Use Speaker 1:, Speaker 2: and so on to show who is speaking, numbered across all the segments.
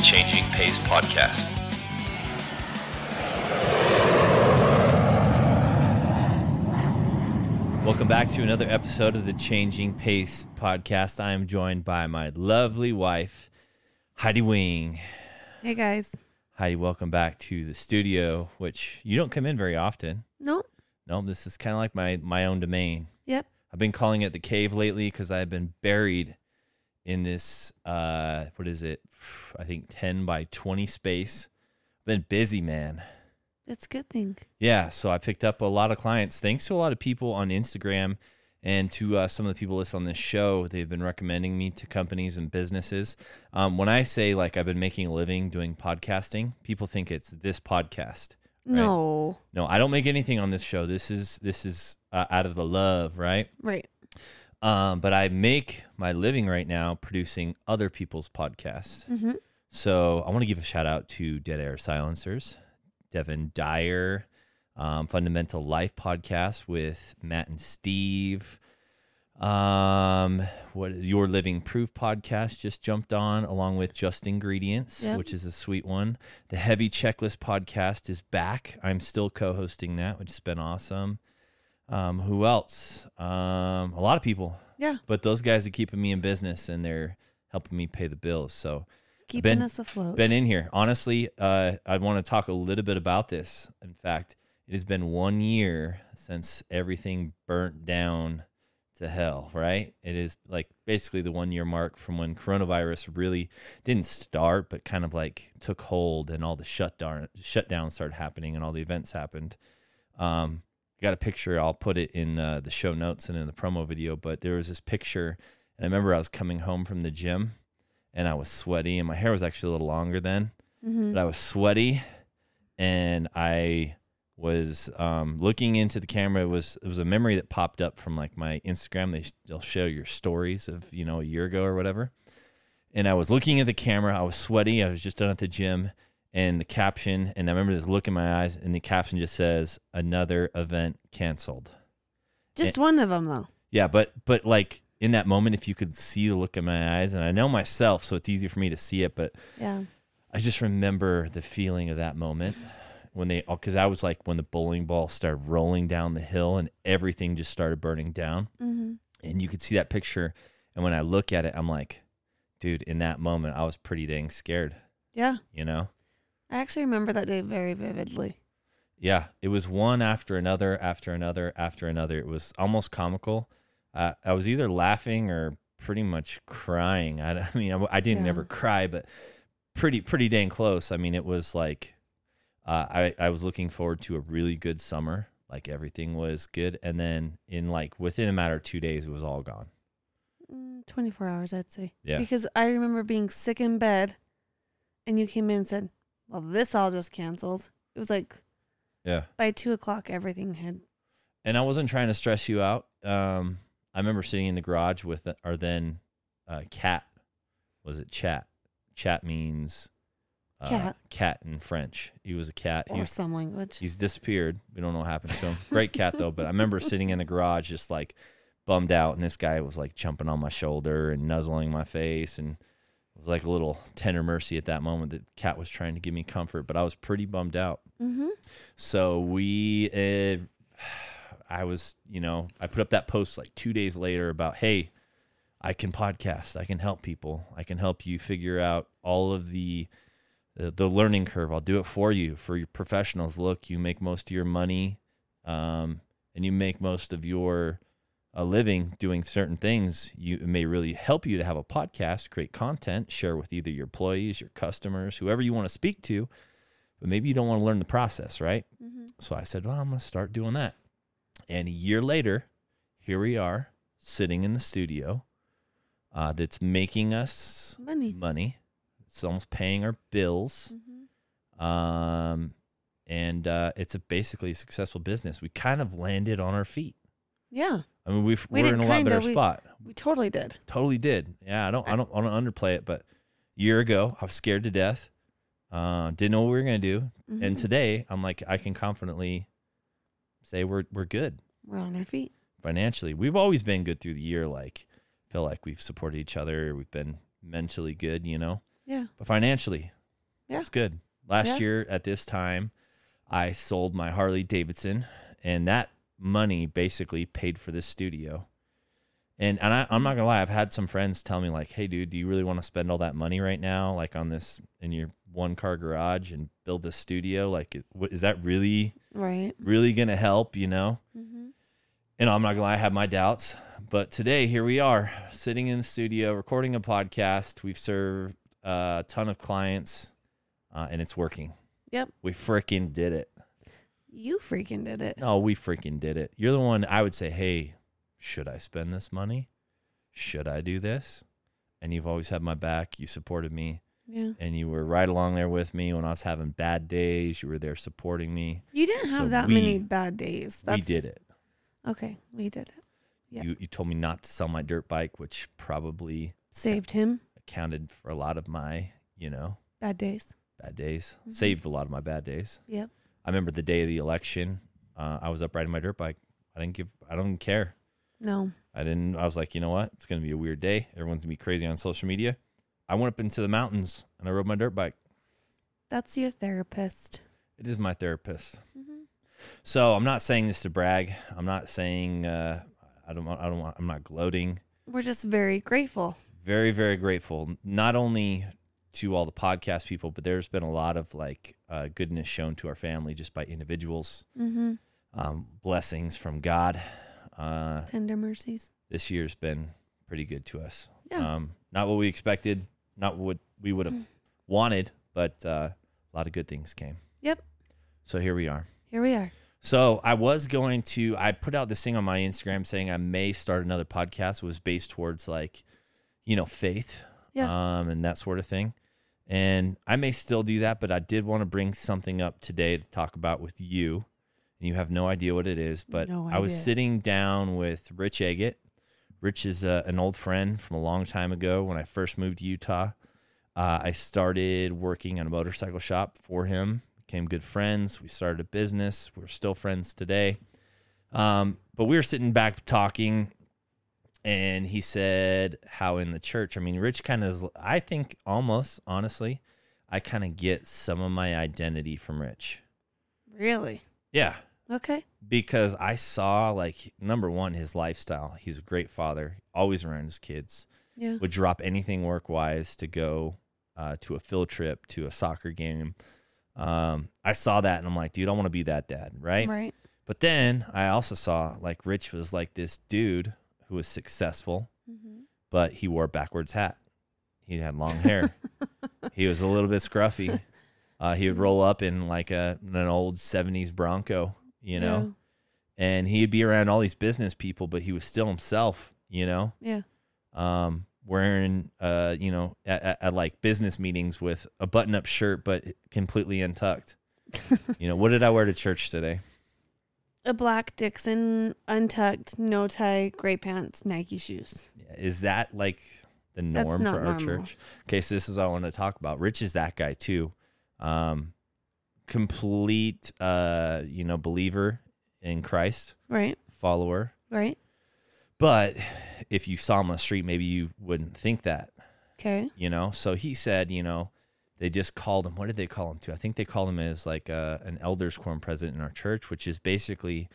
Speaker 1: Changing Pace podcast.
Speaker 2: Welcome back to another episode of the Changing Pace podcast. I am joined by my lovely wife, Heidi Wing.
Speaker 3: Hey guys.
Speaker 2: Heidi, welcome back to the studio, which you don't come in very often.
Speaker 3: No.
Speaker 2: No, this is kind of like my my own domain.
Speaker 3: Yep.
Speaker 2: I've been calling it the cave lately because I've been buried in this uh what is it? I think 10 by 20 space. I've been busy, man.
Speaker 3: That's a good thing.
Speaker 2: Yeah, so I picked up a lot of clients thanks to a lot of people on Instagram and to uh, some of the people listed on this show. They've been recommending me to companies and businesses. Um, when I say like I've been making a living doing podcasting, people think it's this podcast. Right.
Speaker 3: No.
Speaker 2: No, I don't make anything on this show. This is this is uh, out of the love, right?
Speaker 3: Right.
Speaker 2: Um, but I make my living right now producing other people's podcasts.
Speaker 3: Mhm.
Speaker 2: So I want to give a shout out to Dead Air Silencers, Devin Dyer, um, Fundamental Life podcast with Matt and Steve. Um, what is your Living Proof podcast just jumped on along with Just Ingredients,
Speaker 3: Yep.
Speaker 2: which is a sweet one. The Heavy Checklist podcast is back. I'm still co-hosting that, which has been awesome. Um, who else? Um, a lot of people,
Speaker 3: Yeah.
Speaker 2: but those guys are keeping me in business and they're helping me pay the bills. So
Speaker 3: Keeping
Speaker 2: been-
Speaker 3: us afloat.
Speaker 2: been in here. Honestly, uh, I want to talk a little bit about this. In fact, it has been one year since everything burnt down to hell, right? It is like basically the one year mark from when coronavirus really didn't start, but kind of like took hold and all the shutdown shutdowns started happening and all the events happened. Um, got a picture. I'll put it in uh, the show notes and in the promo video. But there was this picture, and I remember I was coming home from the gym, and I was sweaty, and my hair was actually a little longer then,
Speaker 3: Mhm.
Speaker 2: but I was sweaty, and I was um, looking into the camera. It was it was a memory that popped up from like my Instagram. They they'll show your stories of you know a year ago or whatever, and I was looking at the camera. I was sweaty. I was just done at the gym. And the caption, and I remember this look in my eyes, and the caption just says, "Another event canceled."
Speaker 3: Just one of them though.
Speaker 2: Yeah, but but like in that moment, if you could see the look in my eyes, and I know myself, so it's easier for me to see it, but
Speaker 3: Yeah.
Speaker 2: I just remember the feeling of that moment when they, because I was like when the bowling ball started rolling down the hill and everything just started burning down,
Speaker 3: Mhm.
Speaker 2: and you could see that picture, and when I look at it, I'm like, dude, in that moment, I was pretty dang scared,
Speaker 3: Yeah.
Speaker 2: you know?
Speaker 3: I actually remember that day very vividly.
Speaker 2: Yeah, it was one after another, after another, after another. It was almost comical. Uh, I was either laughing or pretty much crying. I, I mean, I, I didn't
Speaker 3: Yeah.
Speaker 2: ever cry, but pretty, pretty dang close. I mean, it was like uh, I, I was looking forward to a really good summer. Like everything was good, and then in like within a matter of two days, it was all gone.
Speaker 3: Mm, 24 hours I'd say.
Speaker 2: Yeah.
Speaker 3: Because I remember being sick in bed and you came in and said, Well, this all just canceled. It was like
Speaker 2: Yeah.
Speaker 3: by two o'clock everything had
Speaker 2: and I wasn't trying to stress you out. Um, I remember sitting in the garage with our then uh, cat. Was it chat? Chat means uh,
Speaker 3: Cat.
Speaker 2: Cat in French. He was a cat.
Speaker 3: or
Speaker 2: He's
Speaker 3: some language.
Speaker 2: he's disappeared. We don't know what happened to him. Great cat though. But I remember sitting in the garage, just like bummed out, and this guy was like jumping on my shoulder and nuzzling my face, and it was like a little tender mercy at that moment. That cat was trying to give me comfort, but I was pretty bummed out.
Speaker 3: Mm-hmm.
Speaker 2: So we, uh, I was, you know, I put up that post like two days later about, hey, I can podcast, I can help people, I can help you figure out all of the the, the learning curve. I'll do it for you for your professionals. Look, you make most of your money, um, and you make most of your a living doing certain things, you it may really help you to have a podcast, create content, share with either your employees, your customers, whoever you want to speak to. But maybe you don't want to learn the process, right?
Speaker 3: Mhm.
Speaker 2: So I said, well, I'm going to start doing that. And a year later, here we are sitting in the studio uh, that's making us
Speaker 3: Money.
Speaker 2: money. It's almost paying our bills.
Speaker 3: Mhm.
Speaker 2: Um, and uh, it's a basically a successful business. We kind of landed on our feet.
Speaker 3: Yeah.
Speaker 2: I mean, we've,
Speaker 3: We
Speaker 2: we are in
Speaker 3: didn't
Speaker 2: a lot
Speaker 3: kinda,
Speaker 2: better
Speaker 3: we-
Speaker 2: spot.
Speaker 3: We totally did.
Speaker 2: Totally did. Yeah, I don't, I don't, I don't underplay it. But a year ago, I was scared to death. Uh, didn't know what we were gonna do. And
Speaker 3: Mhm.
Speaker 2: today, I'm like, I can confidently say we're we're good
Speaker 3: We're on our feet.
Speaker 2: financially. We've always been good through the year. Like, feel like we've supported each other. We've been mentally good, you know.
Speaker 3: Yeah.
Speaker 2: but financially,
Speaker 3: Yeah.
Speaker 2: it's good. Last
Speaker 3: Yeah.
Speaker 2: year at this time, I sold my Harley Davidson, and that money basically paid for this studio. And and I, I'm not gonna lie, I've had some friends tell me like, "Hey, dude, do you really want to spend all that money right now, like on this in your one car garage and build this studio? Like, it- what- is that really
Speaker 3: Right.
Speaker 2: really gonna help? You know?"
Speaker 3: Mm-hmm.
Speaker 2: And I'm not gonna lie, I have my doubts. But today, here we are, sitting in the studio, recording a podcast. We've served uh, a ton of clients, uh, and it's working.
Speaker 3: Yep.
Speaker 2: We freaking did it.
Speaker 3: You freaking did it.
Speaker 2: No, we freaking did it. You're the one I would say, hey, should I spend this money? Should I do this? And you've always had my back. You supported me,
Speaker 3: Yeah.
Speaker 2: and you were right along there with me when I was having bad days. You were there supporting me.
Speaker 3: You didn't have
Speaker 2: So
Speaker 3: that
Speaker 2: we-
Speaker 3: many bad days. That's,
Speaker 2: we did it.
Speaker 3: Okay. We did it. Yeah.
Speaker 2: You you told me not to sell my dirt bike, which probably
Speaker 3: Saved him.
Speaker 2: accounted for a lot of my, you know,
Speaker 3: Bad days.
Speaker 2: bad days.
Speaker 3: Mhm.
Speaker 2: Saved a lot of my bad days.
Speaker 3: Yep.
Speaker 2: I remember the day of the election. Uh, I was up riding my dirt bike. I didn't give. I don't care.
Speaker 3: No.
Speaker 2: I didn't. I was like, you know what? It's gonna be a weird day. Everyone's gonna be crazy on social media. I went up into the mountains and I rode my dirt bike.
Speaker 3: That's your therapist.
Speaker 2: It is my therapist.
Speaker 3: Mhm.
Speaker 2: So I'm not saying this to brag. I'm not saying. Uh, I don't. want- I don't want. I'm not gloating.
Speaker 3: We're just very grateful.
Speaker 2: very very grateful not only to all the podcast people but there's been a lot of like uh, goodness shown to our family just by individuals
Speaker 3: Mm-hmm.
Speaker 2: um, blessings from god uh,
Speaker 3: Tender mercies.
Speaker 2: this year's been pretty good to us
Speaker 3: Yeah. Mm.
Speaker 2: um, not what we expected not what we would have wanted but uh, a lot of good things came
Speaker 3: Yep.
Speaker 2: so here we are
Speaker 3: Here we are.
Speaker 2: so I was going to I put out this thing on my Instagram saying I may start another podcast. It was based towards like, you know, faith.
Speaker 3: Yeah.
Speaker 2: Um, and that sort of thing. And I may still do that, but I did want to bring something up today to talk about with you. And you have no idea what it is, but
Speaker 3: No
Speaker 2: I was
Speaker 3: idea.
Speaker 2: sitting down with Rich Agate. Rich is uh an old friend from a long time ago when I first moved to Utah. Uh, I started working at a motorcycle shop for him. Became good friends. We started a business. We're still friends today. Um, but we were sitting back talking, and he said how in the church. I mean, Rich kind of. I think almost honestly, I kind of get some of my identity from Rich.
Speaker 3: Really?
Speaker 2: Yeah,
Speaker 3: Okay.
Speaker 2: because I saw like number one his lifestyle. He's a great father. Always around his kids
Speaker 3: Yeah.
Speaker 2: would drop anything work wise to go uh, to a field trip to a soccer game. Um, I saw that and I'm like, dude, I want to be that dad, right?
Speaker 3: Right.
Speaker 2: But then I also saw like Rich was like this dude who was successful,
Speaker 3: Mhm.
Speaker 2: but he wore a backwards hat. He had long hair. he was a little bit scruffy. Uh, he would roll up in like a an old '70s Bronco, you know, and he'd be around all these business people, but he was still himself, you know
Speaker 3: Yeah. yeah.
Speaker 2: um, wearing, uh, you know, at, at, at like business meetings with a button up shirt, but completely untucked. you know, what did I wear to church today?
Speaker 3: A black Dixon, untucked, no tie, gray pants, Nike shoes.
Speaker 2: Is that like the
Speaker 3: That's
Speaker 2: norm for
Speaker 3: not
Speaker 2: our
Speaker 3: normal.
Speaker 2: church? Okay, so this is what I want to talk about. Rich is that guy too. Um, complete, uh, you know, believer in Christ,
Speaker 3: Right.
Speaker 2: follower.
Speaker 3: Right.
Speaker 2: But if you saw him on the street, maybe you wouldn't think that.
Speaker 3: Okay.
Speaker 2: you know so he said you know they just called him what did they call him to i think they called him as like uh an elders quorum president in our church which is basically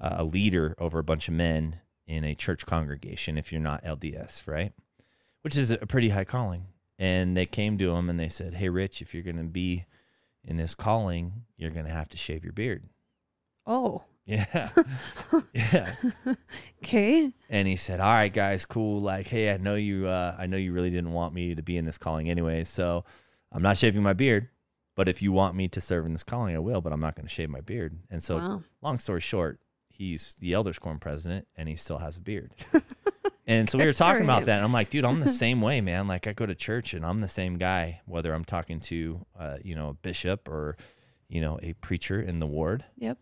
Speaker 2: uh, a leader over a bunch of men in a church congregation if you're not lds right which is a pretty high calling and they came to him and they said hey rich if you're going to be in this calling you're going to have to shave your beard
Speaker 3: Oh.
Speaker 2: yeah yeah
Speaker 3: Okay.
Speaker 2: and he said, "All right, guys, cool. Like, hey, I know you. Uh, I know you really didn't want me to be in this calling anyway, so I'm not shaving my beard. But if you want me to serve in this calling, I will. But I'm not going to shave my beard." And so,
Speaker 3: wow.
Speaker 2: long story short, he's the Elders Quorum president, and he still has a beard. and so we were talking
Speaker 3: for
Speaker 2: about
Speaker 3: him.
Speaker 2: that, and I'm like, "Dude, I'm the same way, man. Like, I go to church, and I'm the same guy, whether I'm talking to, uh, you know, a bishop or, you know, a preacher in the ward."
Speaker 3: Yep.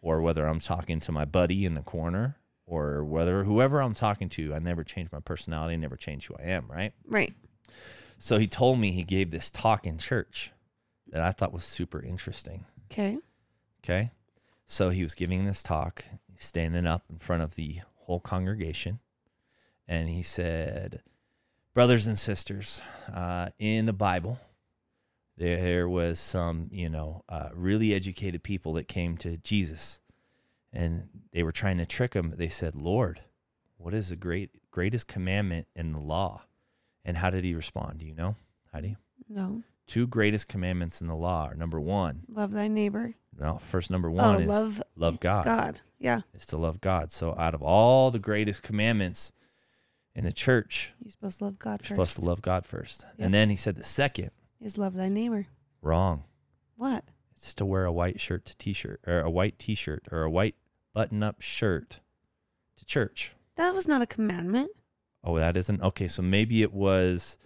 Speaker 2: or whether I'm talking to my buddy in the corner or whether whoever I'm talking to, I never change my personality, I never change who I am, right?
Speaker 3: Right.
Speaker 2: So he told me he gave this talk in church that I thought was super interesting.
Speaker 3: Okay.
Speaker 2: Okay. So he was giving this talk, standing up in front of the whole congregation, and he said, brothers and sisters, uh, in the Bible, there was some, you know, uh, really educated people that came to Jesus, and they were trying to trick him. They said, "Lord, what is the great greatest commandment in the law?" And how did he respond? Do you know, Heidi?
Speaker 3: No.
Speaker 2: Two greatest commandments in the law are number one.
Speaker 3: Love thy neighbor.
Speaker 2: Well, first number one
Speaker 3: oh,
Speaker 2: is
Speaker 3: love
Speaker 2: love God.
Speaker 3: God. Yeah.
Speaker 2: Is to love God. So out of all the greatest commandments in the church,
Speaker 3: You're supposed to love God
Speaker 2: you're
Speaker 3: 1st
Speaker 2: supposed to love God first.
Speaker 3: Yep.
Speaker 2: And then he said the second,
Speaker 3: Is love thy neighbor.
Speaker 2: wrong.
Speaker 3: What?
Speaker 2: It's to wear a white shirt to t-shirt or a white t-shirt or a white button-up shirt to church.
Speaker 3: That was not a commandment.
Speaker 2: Oh, that isn't. Okay, so maybe it was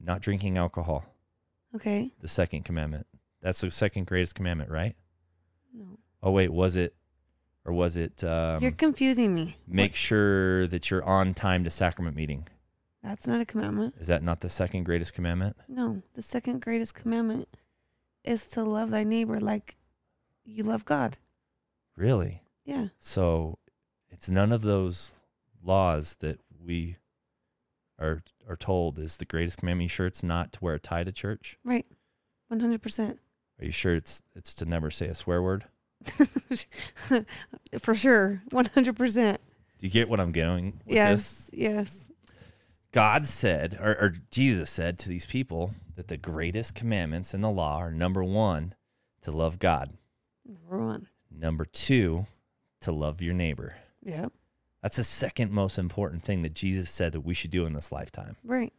Speaker 2: not drinking alcohol,
Speaker 3: Okay.
Speaker 2: the second commandment. That's the second greatest commandment, right?
Speaker 3: No.
Speaker 2: Oh wait, was it or was it um,
Speaker 3: You're confusing me.
Speaker 2: make sure that you're on time to sacrament meeting?
Speaker 3: That's not a commandment.
Speaker 2: Is that not the second greatest commandment?
Speaker 3: No. The second greatest commandment is to love thy neighbor like you love God.
Speaker 2: Really?
Speaker 3: Yeah.
Speaker 2: So it's none of those laws that we are are told is the greatest commandment. You sure it's not to wear a tie to church?
Speaker 3: Right. 100%.
Speaker 2: Are you sure it's it's to never say a swear word?
Speaker 3: For sure. 100%.
Speaker 2: Do you get what I'm going with this?
Speaker 3: Yes. Yes.
Speaker 2: God said, or, or Jesus said to these people that the greatest commandments in the law are number one, to love God.
Speaker 3: Number one.
Speaker 2: Number two, to love your neighbor.
Speaker 3: Yeah.
Speaker 2: That's the second most important thing that Jesus said that we should do in this lifetime.
Speaker 3: Right.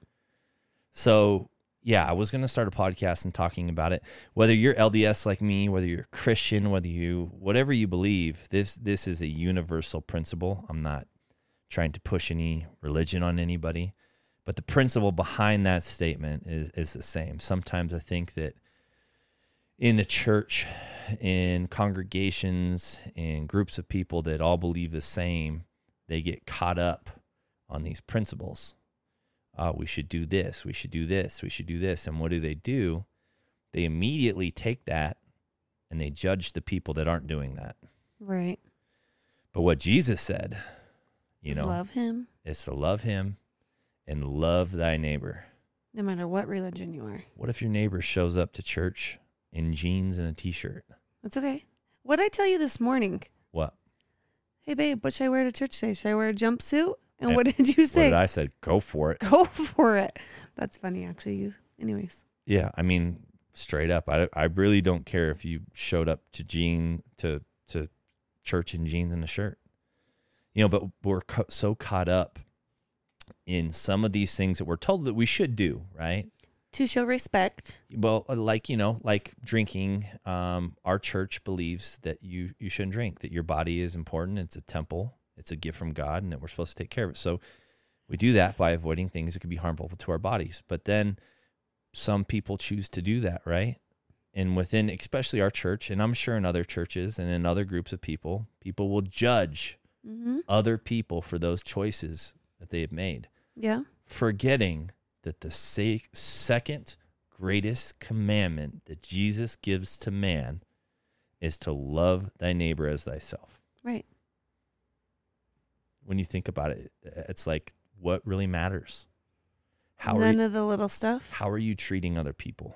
Speaker 2: So, yeah, I was going to start a podcast and talking about it. Whether you're LDS like me, whether you're Christian, whether you whatever you believe, this this is a universal principle. I'm not trying to push any religion on anybody, but the principle behind that statement is is the same. Sometimes I think that in the church, in congregations, in groups of people that all believe the same, they get caught up on these principles. Uh, we should do this, we should do this, we should do this. And what do they do? They immediately take that and they judge the people that aren't doing that.
Speaker 3: Right.
Speaker 2: But what Jesus said, you
Speaker 3: Just
Speaker 2: know,
Speaker 3: love him
Speaker 2: is to love him and love thy neighbor.
Speaker 3: no matter what religion you are.
Speaker 2: What if your neighbor shows up to church in jeans and a t shirt?
Speaker 3: That's okay. What did I tell you this morning?
Speaker 2: What?
Speaker 3: Hey babe, what should I wear to church today? Should I wear a jumpsuit? And
Speaker 2: Eh,
Speaker 3: what did you
Speaker 2: What
Speaker 3: say?
Speaker 2: did I said? Go for it.
Speaker 3: Go for it. That's funny actually. You anyways.
Speaker 2: Yeah, I mean, straight up, I, I really don't care if you showed up to jean to to church in jeans and a shirt, you know. But we're co- so caught up in some of these things that we're told that we should do, right?
Speaker 3: To show respect.
Speaker 2: Well, uh, like you know, like drinking. Um, our church believes that you you shouldn't drink. That your body is important. It's a temple. It's a gift from God, and that we're supposed to take care of it. So we do that by avoiding things that could be harmful to our bodies. But then some people choose to do that, right? And within, especially our church, and I'm sure in other churches and in other groups of people, people will judge
Speaker 3: Mm-hmm.
Speaker 2: other people for those choices that they have made
Speaker 3: Yeah.
Speaker 2: forgetting that the sec- second greatest commandment that Jesus gives to man is to love thy neighbor as thyself.
Speaker 3: Right.
Speaker 2: When you think about it, it's like what really matters. How are
Speaker 3: None
Speaker 2: you,
Speaker 3: of the little stuff.
Speaker 2: how are you treating other people?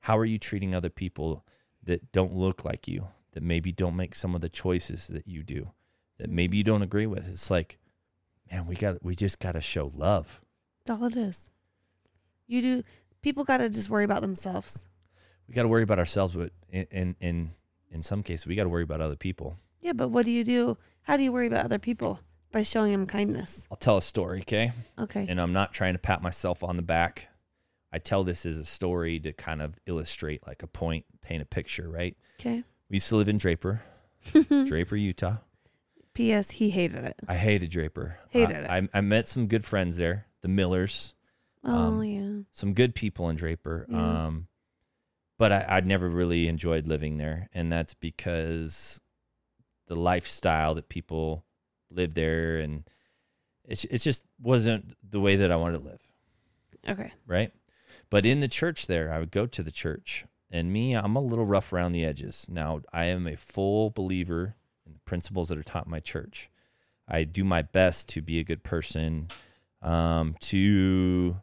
Speaker 2: How are you treating other people that don't look like you? That maybe don't make some of the choices that you do, that maybe you don't agree with. It's like, man, we got we just got to show love.
Speaker 3: That's all it is. You do people gotta just worry about themselves.
Speaker 2: we got to worry about ourselves, but in in in, in some cases, we got to worry about other people.
Speaker 3: Yeah, but what do you do? How do you worry about other people? By showing them kindness.
Speaker 2: I'll tell a story, okay?
Speaker 3: Okay.
Speaker 2: And I'm not trying to pat myself on the back. I tell this as a story to kind of illustrate like a point, paint a picture, right?
Speaker 3: Okay.
Speaker 2: We used to live in Draper,
Speaker 3: Mm-hmm.
Speaker 2: Draper, Utah.
Speaker 3: P.S. He hated it.
Speaker 2: I hated Draper.
Speaker 3: Hated
Speaker 2: I, I, I met some good friends there, the Millers,
Speaker 3: Oh
Speaker 2: Um,
Speaker 3: yeah.
Speaker 2: some good people in Draper.
Speaker 3: Yeah.
Speaker 2: Um, but I, I'd never really enjoyed living there, and that's because the lifestyle that people live there, and it's it just wasn't the way that I wanted to live,
Speaker 3: Okay.
Speaker 2: right? But in the church there, I would go to the church, and me, I'm a little rough around the edges. Now I am a full believer in the principles that are taught in my church. I do my best to be a good person, um, to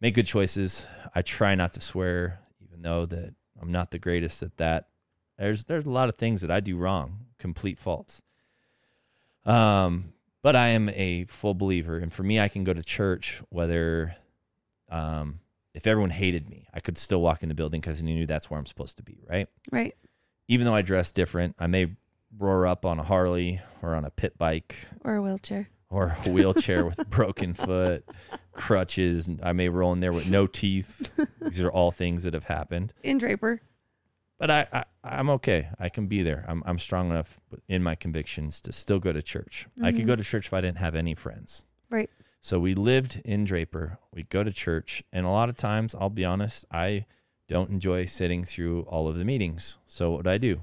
Speaker 2: make good choices. I try not to swear, even though that I'm not the greatest at that. There's there's a lot of things that I do wrong, complete faults. Um, but I am a full believer, and for me, I can go to church whether, um, if everyone hated me, I could still walk in the building because I knew that's where I'm supposed to be, right?
Speaker 3: Right.
Speaker 2: Even though I dress different, I may roar up on a Harley or on a pit bike
Speaker 3: Or a wheelchair.
Speaker 2: or a wheelchair with a broken foot, crutches. and I may roll in there with no teeth. These are all things that have happened.
Speaker 3: In Draper.
Speaker 2: But I, I I'm okay. I can be there. I'm I'm strong enough in my convictions to still go to church. I could
Speaker 3: Mhm.
Speaker 2: go to church if I didn't have any friends.
Speaker 3: Right.
Speaker 2: So we lived in Draper. We go to church, and a lot of times, I'll be honest, I don't enjoy sitting through all of the meetings. So what would I do?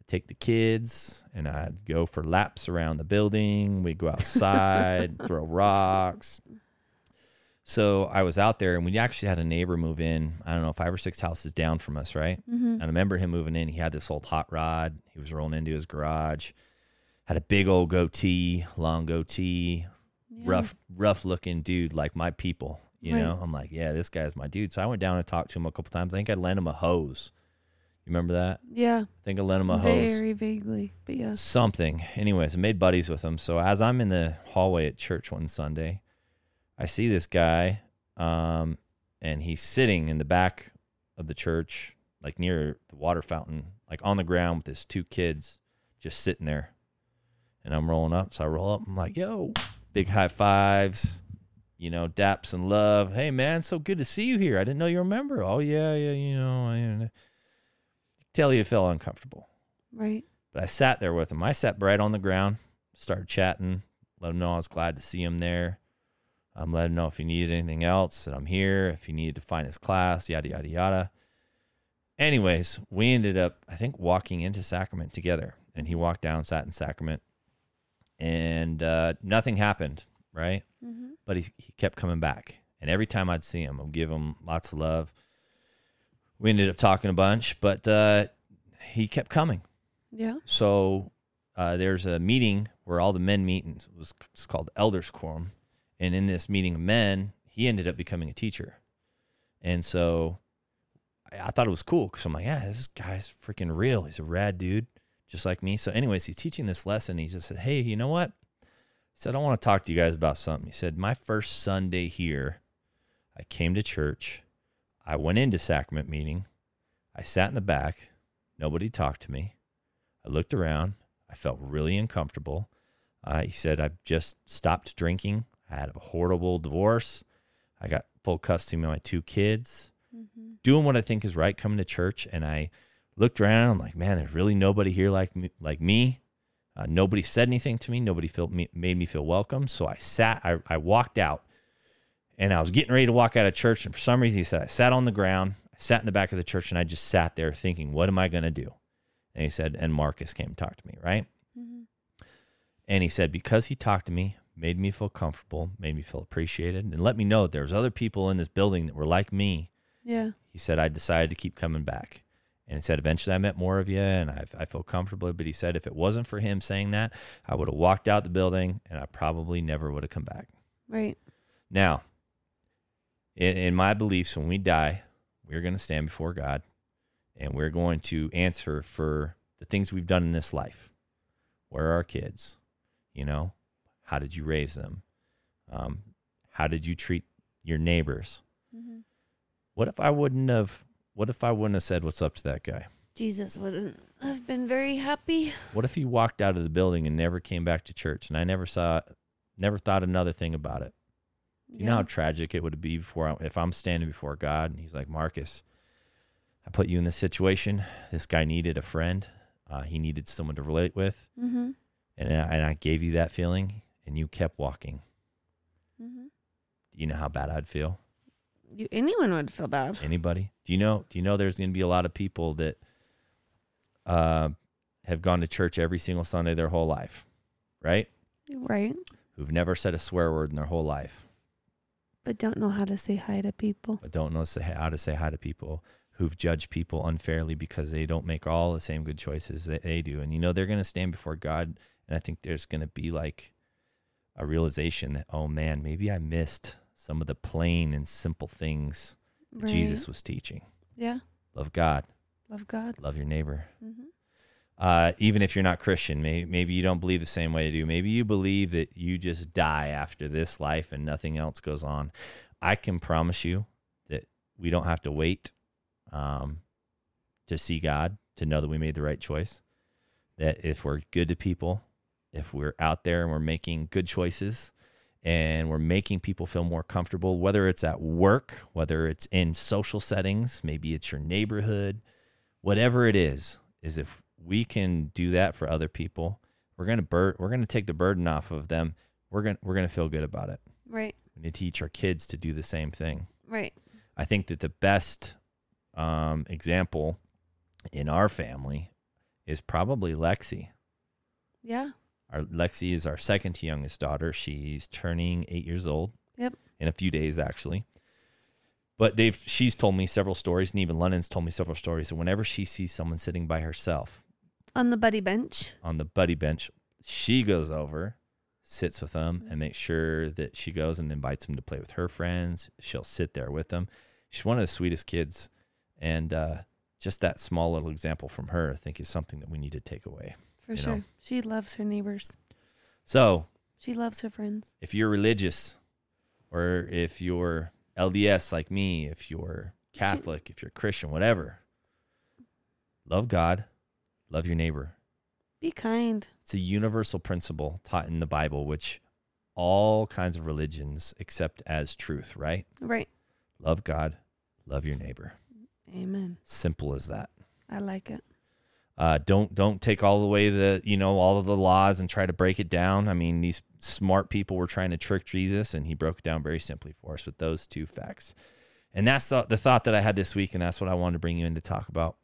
Speaker 2: I'd take the kids, and I'd go for laps around the building. We'd go outside, throw rocks. So I was out there, and we actually had a neighbor move in. I don't know, five or six houses down from us, right?
Speaker 3: Mm-hmm.
Speaker 2: And I remember him moving in. He had this old hot rod. He was rolling into his garage. Had a big old goatee, long goatee, rough rough looking dude like my people you
Speaker 3: Right.
Speaker 2: know i'm like yeah this guy's my dude so i went down and talked to him a couple times i think i lent him a hose you remember that
Speaker 3: Yeah.
Speaker 2: i think i lent him a hose
Speaker 3: Very vaguely. But yes.
Speaker 2: something anyways i made buddies with him so as i'm in the hallway at church one sunday i see this guy um, and he's sitting in the back of the church like near the water fountain like on the ground with his two kids just sitting there and i'm rolling up so i roll up i'm like yo big high fives, you know, daps and love. Hey man, so good to see you here. I didn't know you remember. Oh yeah, yeah, you know. I, you know. Tell you it felt uncomfortable,
Speaker 3: Right.
Speaker 2: but I sat there with him. I sat right on the ground, started chatting, let him know I was glad to see him there. I'm letting him know if he needed anything else that I'm here, if he needed to find his class, yada yada yada. Anyways, we ended up, I think, walking into Sacrament together, and he walked down, sat in Sacrament, and uh, nothing happened. Right?
Speaker 3: Mm-hmm.
Speaker 2: but he, he kept coming back. And every time I'd see him, I'd give him lots of love. We ended up talking a bunch, but uh, he kept coming.
Speaker 3: Yeah.
Speaker 2: So uh, there's a meeting where all the men meet, and it was it's called Elders Quorum. And in this meeting of men, he ended up becoming a teacher. And so I, I thought it was cool because I'm like, yeah, this guy's freaking real. He's a rad dude, just like me. So, anyways, he's teaching this lesson. He just said, hey, you know what? He said, I want to talk to you guys about something. He said, my first Sunday here, I came to church. I went into sacrament meeting. I sat in the back. Nobody talked to me. I looked around. I felt really uncomfortable. Uh, he said, I've just stopped drinking. I had a horrible divorce. I got full custody of my two kids,
Speaker 3: Mm-hmm.
Speaker 2: doing what I think is right, coming to church. And I looked around. I'm like, man, there's really nobody here like me. Like me. Uh, nobody said anything to me. Nobody felt me, made me feel welcome. So I sat, I, I walked out and I was getting ready to walk out of church. And for some reason, he said, I sat on the ground, I sat in the back of the church, and I just sat there thinking, what am I going to do? And he said, and Marcus came and talked to me, right?
Speaker 3: Mm-hmm.
Speaker 2: And he said, because he talked to me, made me feel comfortable, made me feel appreciated, and let me know that there was other people in this building that were like me.
Speaker 3: Yeah.
Speaker 2: He said, I decided to keep coming back. And he said, eventually I met more of you and I, I feel comfortable. But he said, if it wasn't for him saying that, I would have walked out the building and I probably never would have come back.
Speaker 3: Right.
Speaker 2: Now, in, in my beliefs, when we die, we're going to stand before God and we're going to answer for the things we've done in this life. Where are our kids? You know, how did you raise them? Um, how did you treat your neighbors?
Speaker 3: Mm-hmm.
Speaker 2: What if I wouldn't have? What if I wouldn't have said what's up to that guy?
Speaker 3: Jesus wouldn't have been very happy.
Speaker 2: What if he walked out of the building and never came back to church, and I never saw, never thought another thing about it? You know how tragic it would be before I, if I'm standing before God and He's like, Marcus, I put you in this situation. This guy needed a friend. Uh, he needed someone to relate with,
Speaker 3: Mm-hmm.
Speaker 2: and I, and I gave you that feeling, and you kept walking.
Speaker 3: Mm-hmm.
Speaker 2: Do you know how bad I'd feel?
Speaker 3: You, anyone would feel bad.
Speaker 2: Anybody? Do you know? Do you know there's going to be a lot of people that uh, have gone to church every single Sunday their whole life, right?
Speaker 3: Right.
Speaker 2: Who've never said a swear word in their whole life.
Speaker 3: But don't know how to say hi to people.
Speaker 2: but don't know say- how to say hi to people who've judged people unfairly because they don't make all the same good choices that they do. And you know, they're going to stand before God. And I think there's going to be like a realization that oh man, maybe I missed some of the plain and simple things that
Speaker 3: Right.
Speaker 2: Jesus was teaching.
Speaker 3: Yeah.
Speaker 2: Love God,
Speaker 3: Love God.
Speaker 2: love your neighbor.
Speaker 3: hmm
Speaker 2: Uh, even if you're not Christian, may, maybe you don't believe the same way I do. Maybe you believe that you just die after this life and nothing else goes on. I can promise you that we don't have to wait um, to see God to know that we made the right choice. That if we're good to people, if we're out there and we're making good choices and we're making people feel more comfortable, whether it's at work, whether it's in social settings, maybe it's your neighborhood, whatever it is, is if we can do that for other people, we're gonna bur- we're gonna take the burden off of them. We're gonna we're gonna feel good about it.
Speaker 3: Right.
Speaker 2: We need to teach our kids to do the same thing.
Speaker 3: Right.
Speaker 2: I think that the best um, example in our family is probably Lexi.
Speaker 3: Yeah.
Speaker 2: Our Lexi is our second youngest daughter. She's turning eight years old.
Speaker 3: Yep.
Speaker 2: In a few days, actually. But they've she's told me several stories, and even London's told me several stories. And whenever she sees someone sitting by herself,
Speaker 3: On the buddy bench.
Speaker 2: on the buddy bench. She goes over, sits with them, and makes sure that she goes and invites them to play with her friends. She'll sit there with them. She's one of the sweetest kids, and uh, just that small little example from her, I think, is something that we need to take away.
Speaker 3: For
Speaker 2: You know?
Speaker 3: sure. She loves her neighbors.
Speaker 2: So,
Speaker 3: She loves her friends.
Speaker 2: if you're religious, or if you're LDS like me, if you're Catholic, if you're Christian, whatever, love God, love your neighbor.
Speaker 3: Be kind.
Speaker 2: It's a universal principle taught in the Bible, which all kinds of religions accept as truth, right?
Speaker 3: Right.
Speaker 2: Love God, love your neighbor.
Speaker 3: Amen.
Speaker 2: Simple as that.
Speaker 3: I like it.
Speaker 2: Uh, don't don't take all the way the you know all of the laws and try to break it down. I mean, these smart people were trying to trick Jesus, and he broke it down very simply for us with those two facts. And that's the, the thought that I had this week, and that's what I wanted to bring you in to talk about.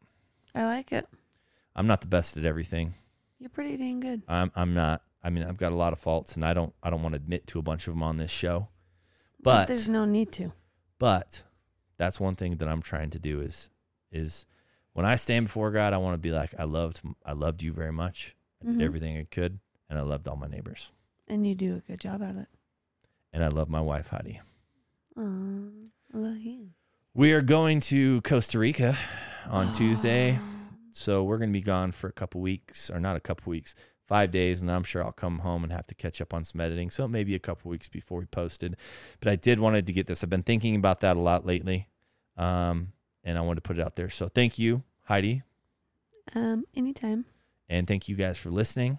Speaker 3: I like it.
Speaker 2: I'm not the best at everything.
Speaker 3: You're pretty dang good.
Speaker 2: I'm I'm not. I mean, I've got a lot of faults, and I don't I don't want to admit to a bunch of them on this show. But
Speaker 3: there's no need to.
Speaker 2: but that's one thing that I'm trying to do is is when I stand before God, I want to be like I loved I loved you very much. I
Speaker 3: Mhm.
Speaker 2: did everything I could, and I loved all my neighbors,
Speaker 3: And you do a good job at it.
Speaker 2: and I love my wife Heidi.
Speaker 3: Aw, I love you.
Speaker 2: We are going to Costa Rica on Tuesday,
Speaker 3: Aw.
Speaker 2: so we're going to be gone for a couple weeks, or not a couple weeks. Five days, and I'm sure I'll come home and have to catch up on some editing. So it may be a couple weeks before we posted, but I did wanted to get this. I've been thinking about that a lot lately, um, and I wanted to put it out there. So thank you, Heidi,
Speaker 3: Um, anytime.
Speaker 2: And thank you guys for listening.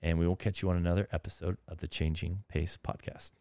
Speaker 2: And we will catch you on another episode of the Changing Pace podcast.